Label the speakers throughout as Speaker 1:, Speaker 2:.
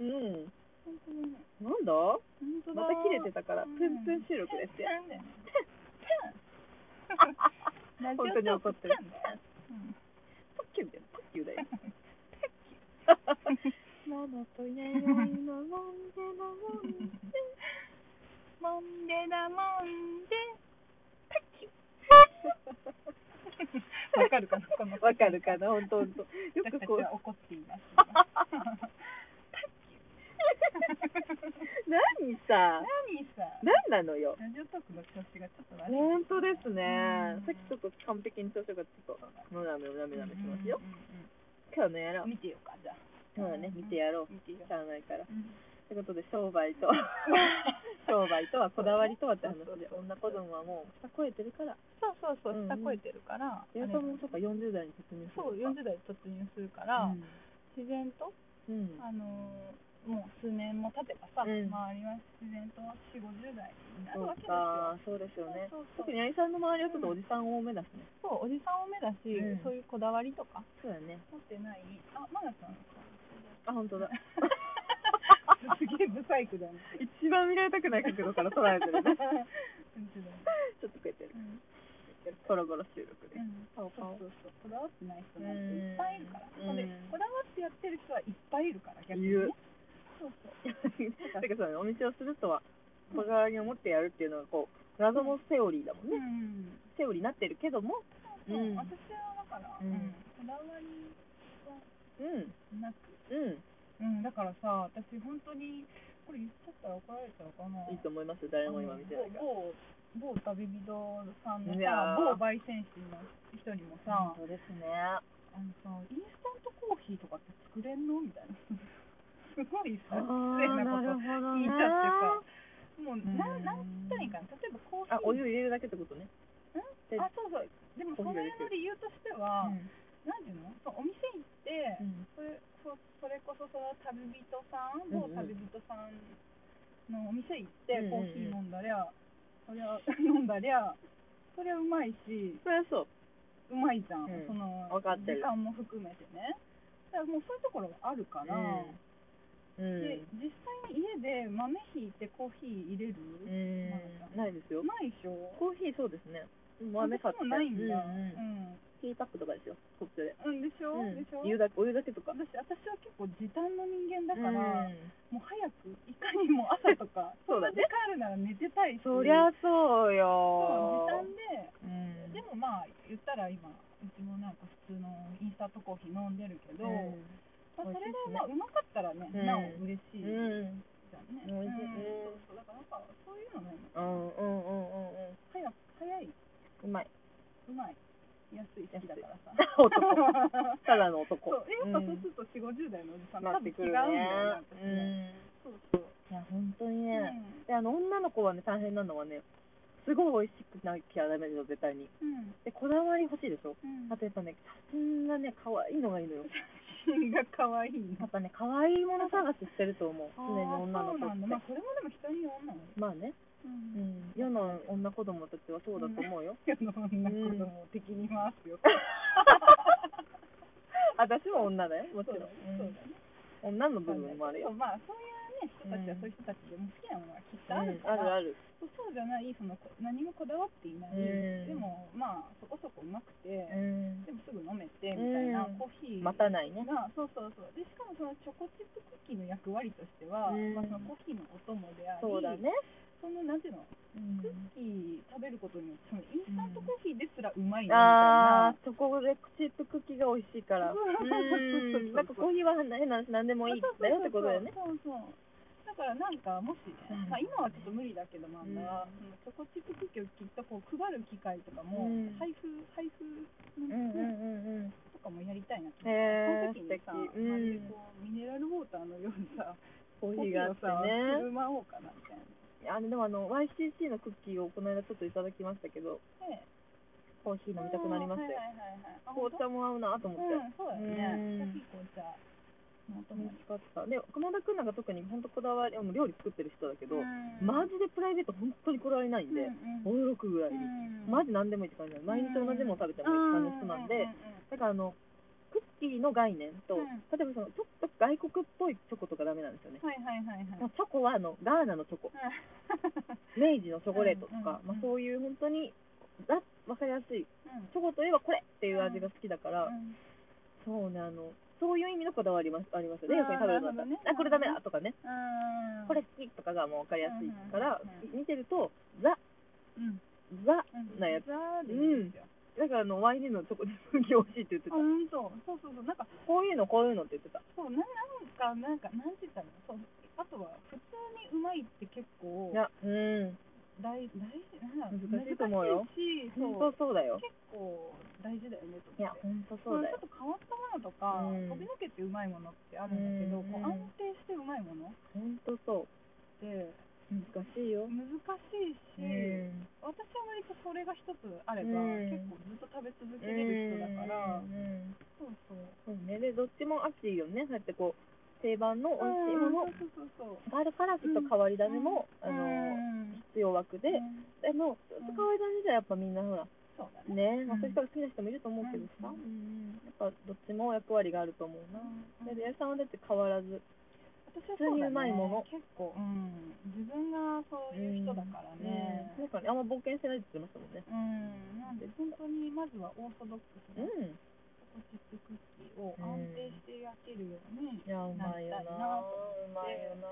Speaker 1: うん。
Speaker 2: 本当にね。
Speaker 1: なんだ
Speaker 2: 本当だ。
Speaker 1: また切れてたから、プンプン収録です
Speaker 2: て
Speaker 1: よ。
Speaker 2: んだよね。ラジオ
Speaker 1: 本当に怒ってる
Speaker 2: ト
Speaker 1: パ
Speaker 2: ーク
Speaker 1: ッキュみたいな、パッキュだよ。ママとや
Speaker 2: よいの
Speaker 1: のも
Speaker 2: もん
Speaker 1: んでのもんで。
Speaker 2: モンデだモンデ。わかるかなこの。
Speaker 1: わかるかな、ほんとほんと。よくこう
Speaker 2: 私たち、は怒っています。
Speaker 1: 何さ、
Speaker 2: 何さ。
Speaker 1: 何なのよ。
Speaker 2: ラジオトークの調子がちょっと悪い。
Speaker 1: ほんとです
Speaker 2: う
Speaker 1: ね
Speaker 2: ん。
Speaker 1: さっきちょっと完璧に調子がちょっと、もうダメ、もうダメ、ダメしますよ
Speaker 2: う。んうん
Speaker 1: 今日のやろ
Speaker 2: う
Speaker 1: う。
Speaker 2: ん。見てようかじゃあ。
Speaker 1: 今日はね、見てやろう。
Speaker 2: 見てよ
Speaker 1: し。ゃあないから。
Speaker 2: うん
Speaker 1: ということで、商売 と、商売とはこだわりとはって話で、女子供はもう、超えてるから。
Speaker 2: そうそうそうう、
Speaker 1: ん
Speaker 2: 下超えてるから。
Speaker 1: 矢さんもそうか、40代に突入する
Speaker 2: そう、40代突入するから、自然と、
Speaker 1: うん。うん。
Speaker 2: あのーもう数年も経てば
Speaker 1: う
Speaker 2: さ、
Speaker 1: ん
Speaker 2: 周りは自然と4、50代になる
Speaker 1: そ
Speaker 2: わ
Speaker 1: う
Speaker 2: けですよ。
Speaker 1: か、そうですよね。
Speaker 2: そうそう
Speaker 1: 特に八木さんの周りはちょっとおじさん多めだしね。
Speaker 2: そう、おじさん多めだし、
Speaker 1: うん
Speaker 2: そういうこだわりとか
Speaker 1: そうだね。
Speaker 2: 持ってない、あ、まださん。
Speaker 1: あ、本 当だ。
Speaker 2: すげえブサイクだね。
Speaker 1: 一番見られたくない角度から捉えて るね。
Speaker 2: 本当だね
Speaker 1: ちょっと食えてる。
Speaker 2: うん
Speaker 1: ゴロゴロ収録で
Speaker 2: う。ん
Speaker 1: 顔
Speaker 2: そう
Speaker 1: 顔
Speaker 2: そうそうこだわってない人なんていっぱいいるから、
Speaker 1: うん
Speaker 2: で
Speaker 1: うん
Speaker 2: こだわってやってる人はいっぱいいるから逆に、
Speaker 1: 言う
Speaker 2: ね、そうそう
Speaker 1: て かそうだね、お店をするとは、こだわりを持ってやるっていうのが、こう、謎のセオリーだもん
Speaker 2: う
Speaker 1: ね。
Speaker 2: ん、
Speaker 1: セオリーになってるけども、
Speaker 2: そう
Speaker 1: うん
Speaker 2: 私はだから、
Speaker 1: うん
Speaker 2: うんこだわりは
Speaker 1: うん、
Speaker 2: なく、
Speaker 1: うん、
Speaker 2: うん、だからさ私本当にこれ言っちゃったら怒られちゃうかない
Speaker 1: いと思いますよ、誰も今見てないから。
Speaker 2: 某某某旅人さんの
Speaker 1: い
Speaker 2: さ
Speaker 1: や
Speaker 2: 某
Speaker 1: ー
Speaker 2: 焙煎師の人にもさ、
Speaker 1: そうですね。
Speaker 2: あのさインスタントコーヒーとかって作れんのみたいな すごい
Speaker 1: あ
Speaker 2: さ
Speaker 1: ー
Speaker 2: 失礼な
Speaker 1: な
Speaker 2: こと
Speaker 1: るほど
Speaker 2: 聞い
Speaker 1: ね
Speaker 2: たっていうかもう
Speaker 1: うん
Speaker 2: なんなんたらいいんかな例えばコーヒー
Speaker 1: あ、お湯入れるだけってことね。で
Speaker 2: あそうそうでもそ
Speaker 1: コーヒー
Speaker 2: の
Speaker 1: がで
Speaker 2: 辺
Speaker 1: きる
Speaker 2: の理由として
Speaker 1: う
Speaker 2: は、
Speaker 1: ん
Speaker 2: なんていうのそのお店行って、
Speaker 1: うん
Speaker 2: それそそれこそその旅人さん、
Speaker 1: うんう
Speaker 2: 某
Speaker 1: ん
Speaker 2: 旅人さんのお店行って、
Speaker 1: うんうんうん
Speaker 2: コーヒー飲んだりゃ、そりゃ 飲んだりゃ、そりゃうまいし、
Speaker 1: そりゃそう。
Speaker 2: うまいじゃん、
Speaker 1: うん
Speaker 2: その
Speaker 1: わかってる
Speaker 2: 時間も含めてね。だからもうそういうところがあるから、
Speaker 1: うん。うん
Speaker 2: で実際に家で豆ひいてコーヒー入れる、
Speaker 1: う
Speaker 2: うん
Speaker 1: ないですよ。
Speaker 2: まいでしょ。
Speaker 1: コーヒーそうですね。豆買っ
Speaker 2: 私
Speaker 1: て。
Speaker 2: もないんだ。
Speaker 1: う
Speaker 2: うん
Speaker 1: うん
Speaker 2: ん。
Speaker 1: ティーパックとかですよ、こっちで。
Speaker 2: うん、でしょ、
Speaker 1: うん
Speaker 2: でしょ
Speaker 1: お湯だけお湯だけとか。
Speaker 2: 私私は結構時短の人間だから、
Speaker 1: うん
Speaker 2: もう早くいかにも朝とか
Speaker 1: そうだね
Speaker 2: 帰るなら寝てたいし
Speaker 1: そりゃそう
Speaker 2: そう
Speaker 1: よ。
Speaker 2: 時短で、
Speaker 1: うん
Speaker 2: でもまあ言ったら今うちもなんか普通のインスタントコーヒー飲んでるけど、
Speaker 1: うん
Speaker 2: まあ、それ
Speaker 1: 美味しいし
Speaker 2: が
Speaker 1: ね
Speaker 2: まあうまかったらね、
Speaker 1: うん
Speaker 2: なお嬉しいじ
Speaker 1: うん
Speaker 2: ゃ
Speaker 1: うん美
Speaker 2: んね、
Speaker 1: 味しい
Speaker 2: うんそうそうだからなんかそういうのね
Speaker 1: うんうんうんうんうん
Speaker 2: 早く早いう
Speaker 1: まい
Speaker 2: うまい安い好きだからさ
Speaker 1: 男ただの男
Speaker 2: そうえやっぱそう
Speaker 1: うん
Speaker 2: すると4 5 0代のおじさん
Speaker 1: な
Speaker 2: 多
Speaker 1: っ
Speaker 2: 分
Speaker 1: て
Speaker 2: 違
Speaker 1: く
Speaker 2: うん
Speaker 1: る
Speaker 2: だ
Speaker 1: ね
Speaker 2: よね私
Speaker 1: う
Speaker 2: ね、
Speaker 1: ん
Speaker 2: そうそう、
Speaker 1: いや本当に
Speaker 2: う
Speaker 1: ね、
Speaker 2: ん
Speaker 1: であの女の子はね大変なのはねすごい美味しくなきゃダメでしょ絶対に
Speaker 2: うん
Speaker 1: でこだわり欲しいでしょ
Speaker 2: うん
Speaker 1: あとやっぱね写真がね可愛いのがいいのよ
Speaker 2: 品が可愛い
Speaker 1: やっぱね可愛いもの探ししてると思う常に女の子
Speaker 2: あーそうなんだま
Speaker 1: っ
Speaker 2: あ
Speaker 1: て
Speaker 2: それもでも人によんなの
Speaker 1: まあね、
Speaker 2: う
Speaker 1: うんん、世の女子供たちはそうだと思う よ、
Speaker 2: 世の女子供を敵に回すよ
Speaker 1: 私も女だよ もち
Speaker 2: そ
Speaker 1: ろ
Speaker 2: う
Speaker 1: ん
Speaker 2: だね、
Speaker 1: う
Speaker 2: そうんだね
Speaker 1: 女の部分もあるよ、
Speaker 2: そうまあそういうね人たち
Speaker 1: う
Speaker 2: は
Speaker 1: ん
Speaker 2: そういう人たちでも好きなものはきっ
Speaker 1: う
Speaker 2: と
Speaker 1: ん、
Speaker 2: あ
Speaker 1: あ
Speaker 2: る
Speaker 1: る
Speaker 2: から、
Speaker 1: ある
Speaker 2: そうそうじゃないそのこ何もこだわっていない、
Speaker 1: うん
Speaker 2: でもまあそこそこうまくて、
Speaker 1: うん
Speaker 2: でもすぐ飲めてみたいな、
Speaker 1: うん
Speaker 2: コーヒー
Speaker 1: 待たないね
Speaker 2: がそうそうそうでしかもそのチョコチップクッキーの役割としては、
Speaker 1: うん
Speaker 2: まあ、そのコーヒーのお供であり
Speaker 1: そうだね、
Speaker 2: そのなんていうのクッキー食べることによってそのインスタントコーヒーですらうまい
Speaker 1: あ
Speaker 2: な
Speaker 1: あチョコレートチップクッキーが美味しいから
Speaker 2: そうそうそうそう
Speaker 1: なんかコーヒーは変な話何でもい
Speaker 2: み
Speaker 1: いん
Speaker 2: たい
Speaker 1: だ
Speaker 2: な、
Speaker 1: よってことだよね
Speaker 2: そうそうそうだからなんかもしね、
Speaker 1: うん
Speaker 2: まあ、今はちょっと無理だけどまあ、
Speaker 1: うん
Speaker 2: そのチョコチップクッキーをきっとこう配る機会とかも、
Speaker 1: うん
Speaker 2: 配布配布
Speaker 1: うん
Speaker 2: の、
Speaker 1: うんうんうん
Speaker 2: とかもやりたいなって、
Speaker 1: へー
Speaker 2: その時にさ、
Speaker 1: 素敵うん
Speaker 2: まるでこうミネラルウォーターのようにさ
Speaker 1: コー
Speaker 2: コ
Speaker 1: ヒ
Speaker 2: ーヒ
Speaker 1: ー
Speaker 2: ー
Speaker 1: があ
Speaker 2: を
Speaker 1: って
Speaker 2: さ振
Speaker 1: ね
Speaker 2: る舞おうかなみたいな。
Speaker 1: あのでもあの YCC のクッキーをこの間ちょっといただきましたけど
Speaker 2: で
Speaker 1: コーヒー飲みたくなりましたよ
Speaker 2: はいはいはいはいあ
Speaker 1: 紅茶も合うなと思って、
Speaker 2: うん、そうだよね。
Speaker 1: う
Speaker 2: さ
Speaker 1: ん
Speaker 2: っき紅茶のお供
Speaker 1: 美
Speaker 2: に
Speaker 1: 味しかったで熊田君なんか特に本当こだわりもう料理作ってる人だけど、
Speaker 2: うん
Speaker 1: マジでプライベート本当にこだわりないんで、
Speaker 2: うん
Speaker 1: 驚くぐらいに、
Speaker 2: うん
Speaker 1: マジ何でもいいって感じなの毎日同じもの食べてもいいって感じの人なんで、
Speaker 2: うう
Speaker 1: だからあのクッキーの概念と、
Speaker 2: うん
Speaker 1: 例えばそのちょっと外国っぽいチョコとかダメなんでですよね、
Speaker 2: はいはいはいはい
Speaker 1: まあチョコはあのガーナのチョコ明治のチョコレートとか、
Speaker 2: うんうんう
Speaker 1: まあ、
Speaker 2: ん
Speaker 1: そういう本当にだ分かりやすい
Speaker 2: うん
Speaker 1: チョコといえばこれっていう味が好きだから、
Speaker 2: うん
Speaker 1: そうねあのそういう意味のこだわりますありますよね
Speaker 2: あー
Speaker 1: よく食べるのだったら、
Speaker 2: なるほどね
Speaker 1: あこれダメだとかね、
Speaker 2: うん
Speaker 1: これ好きとかがもう分かりやすいから、
Speaker 2: うんうんうん
Speaker 1: 見てるとザ
Speaker 2: うん
Speaker 1: ザ
Speaker 2: うん
Speaker 1: なやつ
Speaker 2: ザーでいいんですよ
Speaker 1: だからあの YG のチョコで 好き美味しいって言って
Speaker 2: あ
Speaker 1: た
Speaker 2: 本当そうそうそうなんか
Speaker 1: こういうのこういうのって言ってた
Speaker 2: そうななんかなんかなんて言ったのそうあとは普通にうまいって結構
Speaker 1: いやうん
Speaker 2: 大大事なんだろ
Speaker 1: 難しいと思うよ
Speaker 2: 難しいしそ
Speaker 1: 本
Speaker 2: う
Speaker 1: 当そうだよ
Speaker 2: 結構大事だよねと思っ
Speaker 1: い
Speaker 2: て
Speaker 1: や本当そうだよ
Speaker 2: これちょっと変わったものとか、
Speaker 1: うん
Speaker 2: 飛び抜けてうまいものってあるんだけど、
Speaker 1: うん
Speaker 2: こう安定してうまいものっ
Speaker 1: 本当そう
Speaker 2: て
Speaker 1: 難しいよ
Speaker 2: 難しい
Speaker 1: う
Speaker 2: し、
Speaker 1: ん
Speaker 2: 私は割とそれが一つあれば、
Speaker 1: うん
Speaker 2: 結構ずっと食べ続けれる人だから、
Speaker 1: うんうん
Speaker 2: そうそう
Speaker 1: そうねでどっちも熱いよねそうやってこう定番の美味しいもの
Speaker 2: うんそうそうそうそう
Speaker 1: があるからちょっと変わり種も、
Speaker 2: うん
Speaker 1: あ
Speaker 2: う
Speaker 1: の
Speaker 2: ん
Speaker 1: 必要枠で、
Speaker 2: うん
Speaker 1: でもちょっと変わり種じゃやっぱみんなほら
Speaker 2: そうだね
Speaker 1: ね、まあ、
Speaker 2: うん
Speaker 1: そういう人が好きな人もいると思うけどさ、
Speaker 2: うん
Speaker 1: やっぱどっちも役割があると思うな、
Speaker 2: うん
Speaker 1: で八重さんはだって変わらず
Speaker 2: 私はそうだね
Speaker 1: 普通にうまいもの
Speaker 2: 結構、うん、自分がそういう人だからね、
Speaker 1: うん、そうかねあんま冒険してないって言ってましたもんね
Speaker 2: うん、なんで本当にまずはオーソドックスな
Speaker 1: うん
Speaker 2: ポチップクッキーを安定して焼けるように、
Speaker 1: いやうまいよな
Speaker 2: なりたいなと
Speaker 1: うまいよな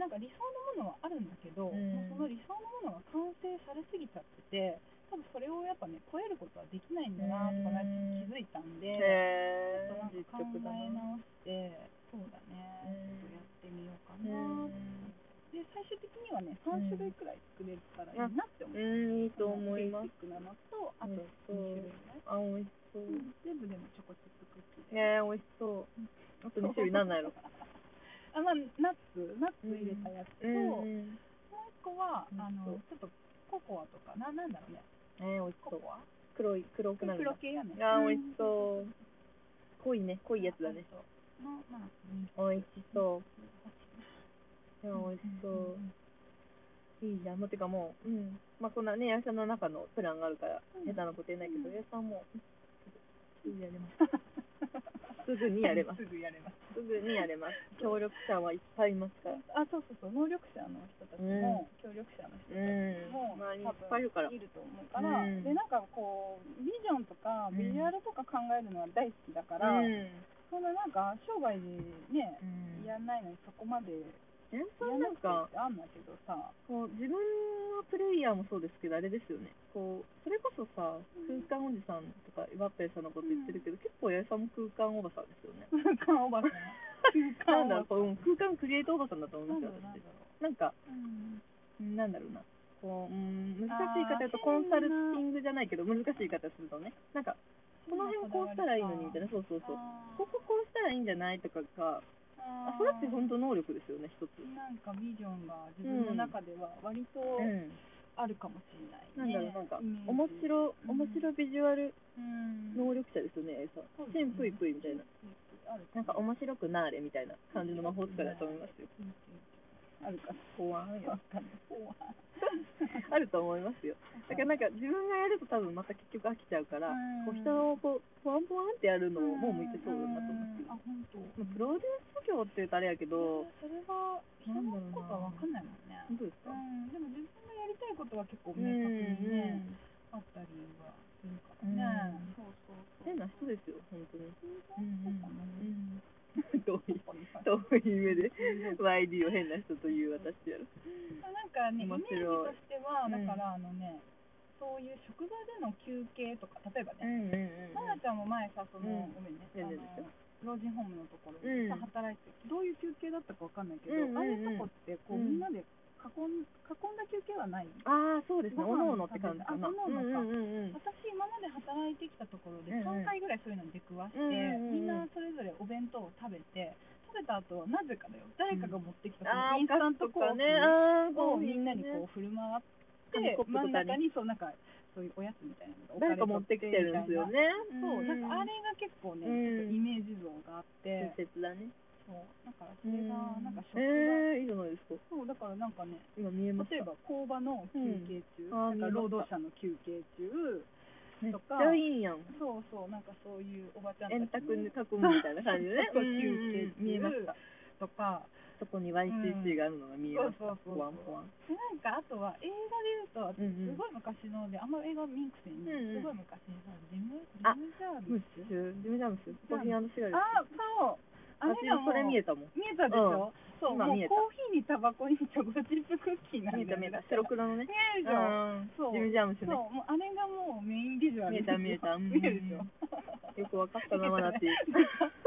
Speaker 2: なんか理想のものはあるんだけど、
Speaker 1: うん
Speaker 2: もうその理想のものが完成されすぎちゃってて多分それをやっぱね超えることはできないんだなとかな
Speaker 1: うん
Speaker 2: 気づいたん
Speaker 1: へ
Speaker 2: で、
Speaker 1: え
Speaker 2: ちょっと
Speaker 1: 実
Speaker 2: なんか考
Speaker 1: 直だ
Speaker 2: え
Speaker 1: な
Speaker 2: 直してそうだね、
Speaker 1: うん
Speaker 2: ちょっとやってみようか
Speaker 1: う
Speaker 2: な、
Speaker 1: ん
Speaker 2: で最終的にはね3種類くらい作れたらいいなって思う、
Speaker 1: うんいいと思います
Speaker 2: ベーシックなのとあと2
Speaker 1: そう
Speaker 2: 種類くらい、
Speaker 1: あ美味しそう
Speaker 2: う
Speaker 1: ね
Speaker 2: ん全部でもチョコチップクッキーで
Speaker 1: え美味しそうあと2種類なんなんやろ
Speaker 2: あまあ、ナッツ、ナッツ入れたやつと、も
Speaker 1: う
Speaker 2: う
Speaker 1: ん
Speaker 2: 一個は、
Speaker 1: うん
Speaker 2: あの、ちょっとココアとか、ななんだろうね、
Speaker 1: えー、美味し
Speaker 2: コ
Speaker 1: そう
Speaker 2: コア
Speaker 1: 黒い黒くなるんだ
Speaker 2: 黒系やね。
Speaker 1: あー美味し
Speaker 2: うん。
Speaker 1: そう濃いね濃いやつだね
Speaker 2: そうそうの、まあ、う
Speaker 1: 美
Speaker 2: ん
Speaker 1: 味しそう
Speaker 2: 欲
Speaker 1: いや美
Speaker 2: しいな
Speaker 1: 味しそ
Speaker 2: ん
Speaker 1: うん
Speaker 2: ん
Speaker 1: いいじゃん。もうてかもう、うん。まあ、こんなね、八重さんの中のプランがあるから、
Speaker 2: うん
Speaker 1: 下手なこと言えないけど、
Speaker 2: うん
Speaker 1: 八重さんも、すぐやれ ます。すぐにやれます。
Speaker 2: すぐやれます。
Speaker 1: すぐにやれます。協力者はいっぱいいますから。
Speaker 2: あ、そうそうそう、能力者の人たちも、協力者の人
Speaker 1: うん。
Speaker 2: もう
Speaker 1: 周りにいっぱいいるから。
Speaker 2: いると思うから、
Speaker 1: うん
Speaker 2: で、なんかこう、ビジョンとか、ビジュアルとか考えるのは大好きだから、
Speaker 1: うん。
Speaker 2: そんななんか、生涯でね、
Speaker 1: うん
Speaker 2: やんないのにそこまで
Speaker 1: 八重さん
Speaker 2: やん
Speaker 1: な
Speaker 2: なんくてっ
Speaker 1: か、
Speaker 2: てあんだけどさ、
Speaker 1: こう、自分はプレイヤーもそうですけど、あれですよね。こう、それこそさ、空間おじさんとか、ワッペンさんのこと言ってるけど、結構八重さんも空間おばさんですよね。
Speaker 2: 空間おばさん。
Speaker 1: な
Speaker 2: 空
Speaker 1: んだろう、こううん空間クリエイトおばさんだと思い
Speaker 2: な
Speaker 1: ま
Speaker 2: ん
Speaker 1: す
Speaker 2: だ
Speaker 1: よ
Speaker 2: ろう、なんだろ
Speaker 1: 私。なんか、なんだろうな、こう、うん、難しい言い方だと
Speaker 2: あー
Speaker 1: コンサルティングじゃないけど、難しい言い方するとね、なんか、
Speaker 2: う。
Speaker 1: この辺こうしたらいいのにみたいな、そうそうそう、
Speaker 2: あー
Speaker 1: こここうしたらいいんじゃないとかが、あそれって本当能力ですよね、一つ。
Speaker 2: なんかビジョンが自分の中では割と
Speaker 1: うん、
Speaker 2: あるかもしれない、
Speaker 1: なんだろう、なんか、
Speaker 2: イメージ
Speaker 1: 面白、面白ビジュアル
Speaker 2: うん
Speaker 1: 能力者ですよね、えさ
Speaker 2: そう。です
Speaker 1: チ
Speaker 2: ね
Speaker 1: ンプイプイみたいな、
Speaker 2: ある
Speaker 1: なんか面白くなーれみたいな感じの魔法使いだと思いますよ。
Speaker 2: あるか
Speaker 1: 怖い
Speaker 2: わ
Speaker 1: よ。
Speaker 2: かんない怖い
Speaker 1: あると思いますよ。だからなんか自分がやると多分また結局飽きちゃうから、こう人をこうポワンポワンってやるのももう向いてそうだなと思って
Speaker 2: うんあ本当
Speaker 1: まあプロデュース業って言うとあれやけど
Speaker 2: それは人のことはわかんないもんね
Speaker 1: 本当ですか
Speaker 2: うんでも自分がやりたいことは結構
Speaker 1: うん
Speaker 2: 明確にね、
Speaker 1: うん
Speaker 2: あったりはするからね、
Speaker 1: うん
Speaker 2: そうそうそう
Speaker 1: 変な人ですよ本当に うん遠い
Speaker 2: な
Speaker 1: 遠い目で YD を変な人という私やる
Speaker 2: んかねイメ
Speaker 1: 面
Speaker 2: ージ
Speaker 1: 白い
Speaker 2: としては
Speaker 1: うん
Speaker 2: だからあのね、そういう職場での休憩とか例えば
Speaker 1: うん
Speaker 2: ね、
Speaker 1: うんうん
Speaker 2: まなちゃんも前さその、
Speaker 1: うん
Speaker 2: ごめんねあ
Speaker 1: 全
Speaker 2: の
Speaker 1: 然ですよ
Speaker 2: 老人ホームのところでさ、
Speaker 1: うん
Speaker 2: 働いてどういう休憩だったかわかんないけど、
Speaker 1: うんうんうん
Speaker 2: ああいうとこってこう、
Speaker 1: うん
Speaker 2: みんなで囲ん囲んだ休憩はない
Speaker 1: ああそうですね
Speaker 2: ご
Speaker 1: お
Speaker 2: 飯
Speaker 1: のおのって感じかな
Speaker 2: あおのおのか
Speaker 1: うんうんうん
Speaker 2: 私今まで働いてきたところで
Speaker 1: うんうん
Speaker 2: 3回ぐらいそういうのに出くわして、
Speaker 1: うんうんうん
Speaker 2: みんなそれぞれお弁当を食べて食べた後はなぜかだよ誰かが持ってきたそ
Speaker 1: ああ
Speaker 2: のインスタントコーヒー
Speaker 1: ああ
Speaker 2: をみんなにこう振る舞って、
Speaker 1: 紙コップとかに
Speaker 2: 真ん中にそうなんかそういうおやつみたいなのが置かれ
Speaker 1: 誰か持ってきてるんですよ
Speaker 2: み
Speaker 1: ね
Speaker 2: たいなそうなんかあれが結構ね、ちょっとイメージ像があって
Speaker 1: 親切だね
Speaker 2: そうだからそれがなんか食
Speaker 1: え
Speaker 2: が、
Speaker 1: えーいいじゃないですか
Speaker 2: そうだからなんかね
Speaker 1: 今見えます
Speaker 2: 例えば工場の休憩中、
Speaker 1: うんあー
Speaker 2: なん
Speaker 1: 見えまし
Speaker 2: か
Speaker 1: た
Speaker 2: 労働者の休憩中
Speaker 1: めっ
Speaker 2: と
Speaker 1: ち
Speaker 2: か
Speaker 1: ゃいいやん
Speaker 2: そうそう、なんかそういうおばちゃんたち
Speaker 1: 円
Speaker 2: の
Speaker 1: 卓に囲むみたいな感じでね
Speaker 2: そうそう休憩中
Speaker 1: 見えました
Speaker 2: とか、
Speaker 1: そこに YCC があるのが見えます、
Speaker 2: そうそうそう
Speaker 1: ポワンポワン
Speaker 2: でなんかあとは映画で
Speaker 1: うん
Speaker 2: 言う
Speaker 1: うん
Speaker 2: とすごい昔のであんま映画見んくせに
Speaker 1: うんうん
Speaker 2: すごい昔にさジムジ
Speaker 1: あ
Speaker 2: ムジャー
Speaker 1: ム
Speaker 2: ム
Speaker 1: ッシュジムジャームスコーヒーシガレット
Speaker 2: あそうあれ
Speaker 1: 私
Speaker 2: がもう
Speaker 1: それ見
Speaker 2: 見え
Speaker 1: えたもん
Speaker 2: たでしょ、そう
Speaker 1: 今
Speaker 2: もう
Speaker 1: 見えた
Speaker 2: コーヒーにタバコにチョコチップクッキーなん
Speaker 1: 見え
Speaker 2: だ
Speaker 1: た
Speaker 2: よ
Speaker 1: 見え
Speaker 2: ね
Speaker 1: た白黒のね
Speaker 2: 見えるでしょ
Speaker 1: うん
Speaker 2: そう
Speaker 1: ジムジャームス
Speaker 2: そう
Speaker 1: ね
Speaker 2: もうあれがもうメインビジュアル
Speaker 1: 見えた見えたうん
Speaker 2: 見えるでしょ
Speaker 1: よくわかったなマナティマナティー
Speaker 2: マ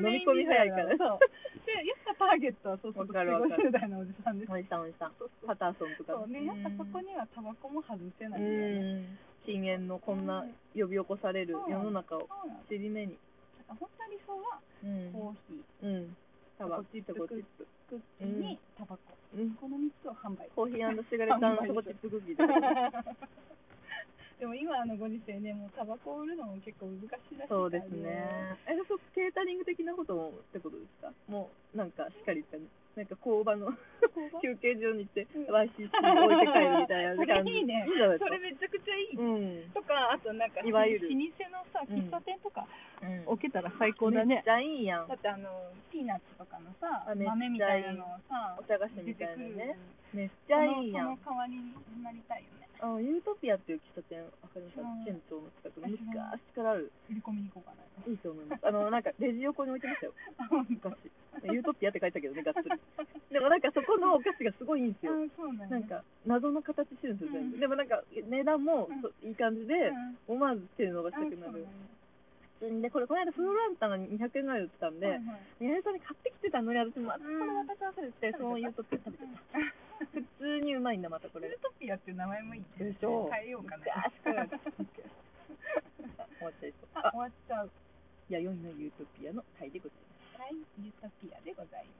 Speaker 1: 飲み込み早いから
Speaker 2: そうでやっぱターゲットはそうそう
Speaker 1: わかるわかる
Speaker 2: 50代のおじさんです
Speaker 1: おじさんおじさんパターソンとか
Speaker 2: そうねやっぱそこにはタバコも外せないんだよ
Speaker 1: う
Speaker 2: ね
Speaker 1: ん禁煙のこんな呼び起こされる世の中を
Speaker 2: そうなんだ
Speaker 1: 尻目に
Speaker 2: から本当に理想は
Speaker 1: うん
Speaker 2: コーヒー
Speaker 1: うんタバコチップ
Speaker 2: チップクッキーにタバコ
Speaker 1: うん
Speaker 2: この3つを販売
Speaker 1: コーヒーシガレットチョコチップクッキ ーとか
Speaker 2: でも今のご時世ねもうタバコを売るのも結構難しいらしいから
Speaker 1: そうですね。 え、そうケータリング的なこともってことですか。もうなんかしっかり言ったね。なんか工場の
Speaker 2: 工場
Speaker 1: 休憩所に行って
Speaker 2: うん
Speaker 1: YCC 置いて帰るみたいな感じ。
Speaker 2: それいいね
Speaker 1: じゃないです
Speaker 2: そ
Speaker 1: か
Speaker 2: れ。めちゃくちゃいい、
Speaker 1: うん。
Speaker 2: とかあとなんか
Speaker 1: いわゆる
Speaker 2: 老舗のさ喫茶店とか置けたら最
Speaker 1: こ
Speaker 2: 高だ
Speaker 1: めっ
Speaker 2: ね、
Speaker 1: ちゃいいやん
Speaker 2: だ。ってあのピーナッツとかのさ
Speaker 1: あめっちゃいい
Speaker 2: 豆みたいなのをさ
Speaker 1: お茶菓子みたいな
Speaker 2: 出てく
Speaker 1: ね
Speaker 2: る。
Speaker 1: めっちゃいいやん
Speaker 2: その。その代わりになりたいよね
Speaker 1: あのユートピアっていう喫茶店わかりますか
Speaker 2: うん。
Speaker 1: 県庁の近くの
Speaker 2: うん
Speaker 1: 昔からある。
Speaker 2: 振り込みに行こうかない
Speaker 1: いと思います。あのなんかレジ横に置いてましたよ。 昔。ユートピアって書いてたけどね、がっつり。でもなんかそこのお菓子がすごいいいんですよ。
Speaker 2: あそうなんだ
Speaker 1: なんか謎の形してるんですよ、全部、
Speaker 2: うん
Speaker 1: でもなんか値段も
Speaker 2: うん
Speaker 1: そいい感じで、
Speaker 2: うん
Speaker 1: 思わず手伸ばし
Speaker 2: あ
Speaker 1: た
Speaker 2: そう
Speaker 1: くな
Speaker 2: なん
Speaker 1: る
Speaker 2: だ、
Speaker 1: 普通にでこれこの間フードランタンが200円ぐらい売ってたんで、
Speaker 2: はいはい
Speaker 1: 宮根さんに買ってきてたのに私も、あこ
Speaker 2: ん
Speaker 1: れ私忘れててそういうとって食べてた、普通にうまいんだまたこ
Speaker 2: ユ
Speaker 1: れ
Speaker 2: ートピアっていう名前もいいね
Speaker 1: でしょ
Speaker 2: 変えようかな
Speaker 1: 昔からです終わっちゃいそう
Speaker 2: あ
Speaker 1: あ
Speaker 2: 終わっちゃう
Speaker 1: いや4位のユートピアのタイでございます
Speaker 2: はいユートピアでございます